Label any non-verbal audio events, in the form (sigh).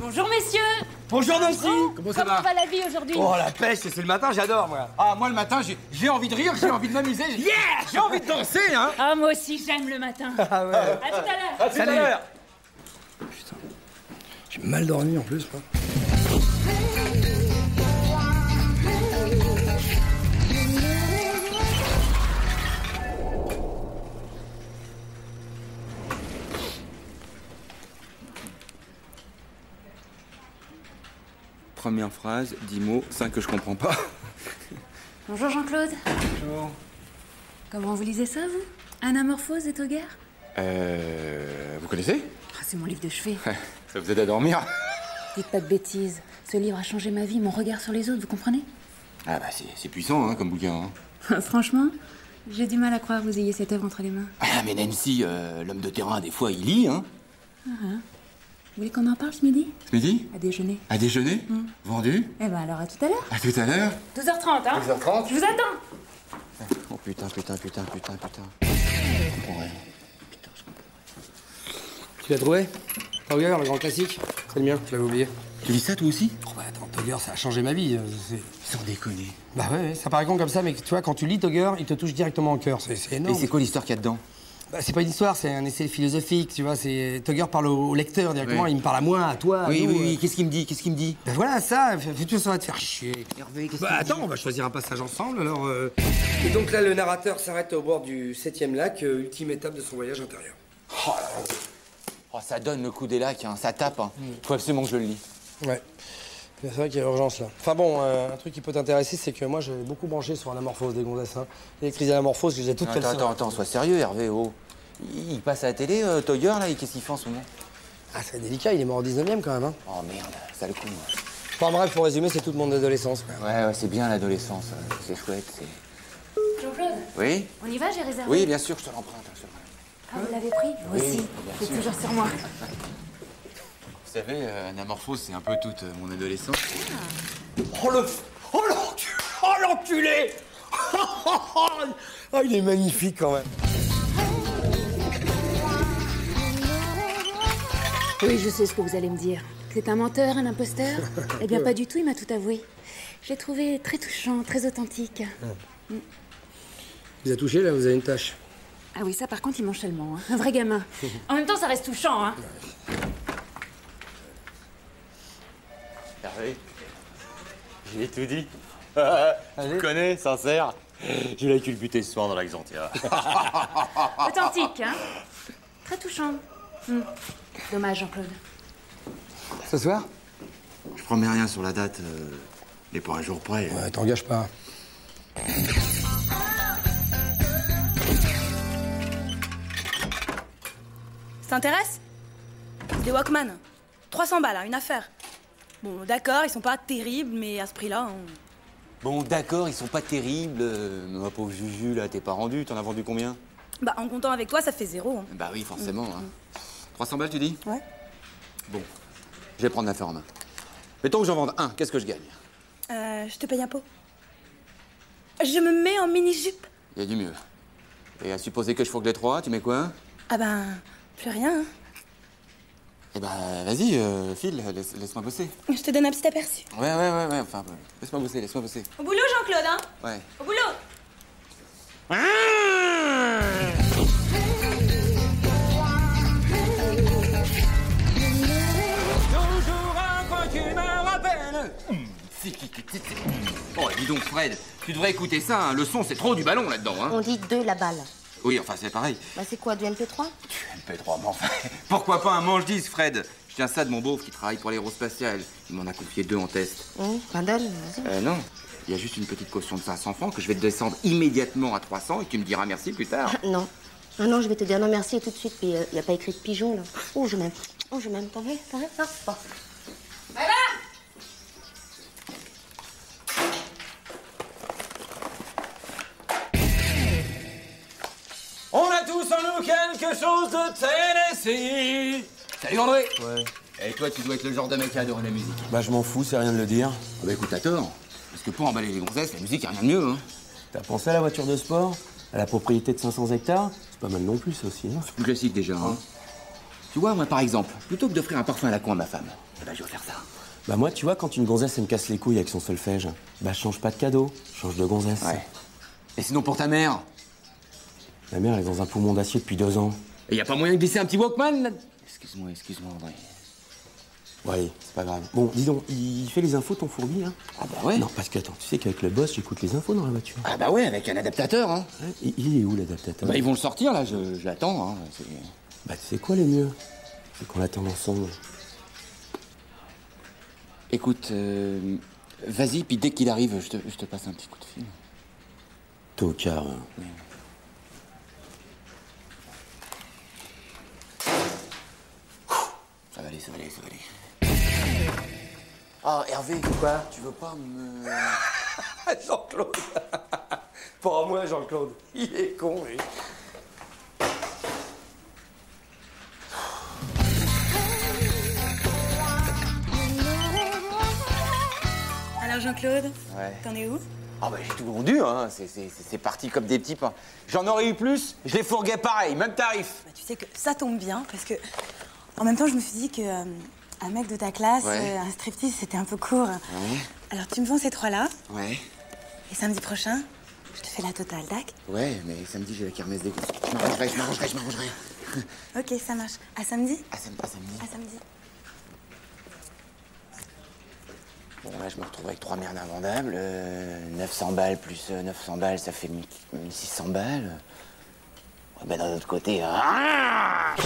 Bonjour messieurs Bonjour Nancy Comment ça va la vie aujourd'hui Oh la pêche, c'est le matin, j'adore moi Ah moi le matin, j'ai- j'ai envie de rire, j'ai envie de m'amuser, (laughs) j'ai- J'ai envie de danser hein Ah moi aussi j'aime le matin. Ah ouais À tout à l'heure. Salut J'ai mal dormi en plus. quoi. Première phrase, 10 mots, 5 que je comprends pas. Bonjour Jean-Claude. Comment vous lisez ça vous Anamorphose et Togger Euh. Vous connaissez Ah, C'est mon livre de chevet. Ça vous aide à dormir Dites pas de bêtises. Ce livre a changé ma vie, mon regard sur les autres, vous comprenez Ah, Ah bah c'est c'est puissant hein, comme bouquin. hein. Franchement, j'ai du mal à croire que vous ayez cette œuvre entre les mains. Ah mais Nancy, euh, l'homme de terrain, des fois il lit, hein Vous voulez qu'on en parle ce midi Ce midi À déjeuner. À déjeuner Vendu Eh ben alors à tout à l'heure. À tout à l'heure 12h30 hein 12h30. Je vous attends Oh putain, putain, putain, putain, putain. Je comprends rien. Putain, je comprends. Tu l'as trouvé Togger, le grand classique C'est le mien, je l'avais oublié. Tu lis ça toi aussi Oh bah attends, Togger, ça a changé ma vie. euh, c'est- Sans déconner. Bah ouais, ouais, ça paraît con comme ça, mais tu vois, quand tu lis Togger, il te touche directement au cœur, c'est c'est Et énorme. c'est quoi l'histoire qu'il y a dedans Bah, c'est pas une histoire, c'est un essai philosophique, tu vois, c'est... Togger parle au, au lecteur directement, Ouais. il me parle à moi, à toi, à Oui, nous, oui, euh. oui, qu'est-ce qu'il me dit Qu'est-ce qu'il me dit Bah voilà, ça, futur, ça va te faire chier. qu'est-ce Bah attends, on va choisir un passage ensemble alors. euh. Et donc là, le narrateur s'arrête au bord du septième lac, euh, ultime étape de son voyage intérieur. Oh, ça donne le coup des lacs, hein, ça tape. Hein. Faut absolument que je le lis. Ouais. C'est vrai qu'il y a urgence là. Enfin bon, euh, un truc qui peut t'intéresser, c'est que moi j'avais beaucoup branché sur l'anamorphose des gonzesses. Hein. L'électrise anamorphose, je les ai Ah, toutes Attends, faites. attends, attends, sois sérieux, Hervé. Oh. Il il passe à la télé, euh, Togger, là, et qu'est-ce qu'il fait en ce moment Ah, c'est délicat, il est mort au 19 e quand même. Hein. Oh merde, ça le con. Enfin bref, pour résumer, c'est toute mon adolescence. quoi. Ouais, ouais, c'est bien l'adolescence, euh, c'est chouette, c'est. Jean-Claude, Oui on y va, j'ai réservé. Oui, bien sûr, je te l'emprunte. hein, je te l'emprunte. Ah, vous l'avez pris Moi aussi. C'est toujours sur moi. Vous savez, euh, Anamorphose, c'est un peu toute euh, mon adolescence. Ah. Oh le. Oh l'enculé Oh l'enculé (laughs) Oh, il est magnifique quand même. Oui, je sais ce que vous allez me dire. C'est un menteur, un imposteur Eh bien, pas du tout, il m'a tout avoué. J'ai trouvé très touchant, très authentique. Vous a touché là, vous avez une tâche. Ah oui, ça par contre, il mange seulement. hein. Un vrai gamin. en même temps, ça reste touchant, hein. Hervé, j'ai tout dit. (laughs) Je connais, sincère. Je l'ai culbuté ce soir dans l'Axantia. Authentique, hein. Très touchant. Hmm. Dommage, Jean-Claude. Ce soir Je promets rien sur la date, euh, mais pour un jour près. euh, Ah, Ouais, t'engages pas. Ça t'intéresse Des Walkman. 300 balles, hein, une affaire. Bon, d'accord, ils sont pas terribles, mais à ce prix-là, on- Bon, d'accord, ils sont pas terribles. euh, ma pauvre Juju, là, t'es pas rendu, t'en as vendu combien bah, en comptant avec toi, ça fait zéro. hein. Bah oui, forcément. hein. 300 balles, tu dis Ouais. Bon, je vais prendre l'affaire en main. Mettons que j'en vende un, qu'est-ce que je gagne Euh, je te paye un pot. Je me mets en mini-jupe. Il y a du mieux. Et à supposer que je fourgue les trois, tu mets quoi Ah ben, plus rien. hein. Eh bah, vas-y, euh, file, laisse- laisse-moi bosser. Je te donne un petit aperçu. Ouais, ouais, ouais, ouais, enfin, euh, laisse-moi bosser, laisse-moi bosser. Au boulot, Jean-Claude, hein Ouais. Au boulot Toujours un coin qui me rappelle. Mmh. Oh, dis donc, Fred, tu devrais écouter ça, hein, le son, c'est trop du ballon là-dedans, hein On dit deux la balle. Oui, enfin, c'est pareil. Bah c'est quoi du MP3 (laughs) Tu MP3, mais enfin, pourquoi pas un manche 10, Fred Je tiens ça de mon beauf qui travaille pour l'aérospatiale. Il m'en a confié deux en test. Hein Oui, Pindel, vas-y. Euh, non. Il y a juste une petite caution de 500 francs que je vais te descendre immédiatement à 300 et tu me diras merci plus (laughs) tard. Non. Ah non, je vais te dire non merci tout de suite, puis il n'y a pas écrit de pigeon, là. Oh, je m'aime. Oh, je m'aime. T'en veux T'en veux Non Bon. On a tous en nous quelque chose de Tennessee. Salut André Ouais. Et toi, tu dois être le genre de mec qui adore la musique. Bah je m'en fous, c'est rien de le dire. Ah Bah écoute, t'as tort. Parce que pour emballer les gonzesses, la musique, y a rien de mieux, hein. T'as pensé à la voiture de sport À la propriété de 500 hectares C'est pas mal non plus, ça aussi. hein. C'est plus classique déjà, hein. Tu vois, moi par exemple, plutôt que d'offrir un parfum à la con à ma femme, eh ben je vais faire ça. Bah moi, tu vois, quand une gonzesse, elle me casse les couilles avec son solfège, bah change pas de cadeau, change de gonzesse. Et sinon pour ta mère Ma mère, elle est dans un poumon d'acier depuis deux ans. Et y a pas moyen de glisser un petit Walkman là Excuse-moi, excuse-moi André. Ouais, c'est pas grave. Bon, dis donc, il fait les infos ton fourbi, hein Ah bah ouais Non, parce que attends, tu sais qu'avec le boss, j'écoute les infos dans la voiture. Ah bah ouais, avec un adaptateur, hein. Ouais, il- Il est où l'adaptateur Bah ils vont le sortir là, je, je l'attends, hein. c'est- Bah, tu sais quoi le mieux C'est qu'on l'attend ensemble. Écoute, euh, vas-y, puis dès qu'il arrive, je te, je te passe un petit coup de fil. Tocard. Ça va aller, ça va aller, ça va aller. Ah, Hervé, quoi Tu veux pas (laughs) me... Jean-Claude Pour moi, Jean-Claude, il est con, lui. Alors Jean-Claude, Ouais. t'en es où Ah bah j'ai tout vendu, hein. C'est- c'est c'est- c'est parti comme des petits pains. J'en aurais eu plus, je les fourguais pareil, même tarif. Bah, tu sais que ça tombe bien parce que en même temps je me suis dit que euh, un mec de ta classe, Ouais. euh, un striptease, c'était un peu court. Alors tu me vends ces trois-là Ouais, et samedi prochain, je te fais la totale, d'ac ouais, mais samedi j'ai la kermesse des gosses. Je m'arrangerai, je m'arrangerai, je m'arrangerai. Ok, ça marche. À samedi Ah, sam- ah, samedi. À samedi. Bon, là, je me retrouve avec trois merdes invendables. euh, 900 balles plus euh, 900 balles, ça fait 1000 1600 balles. Ouais, bah, d'un autre côté. ah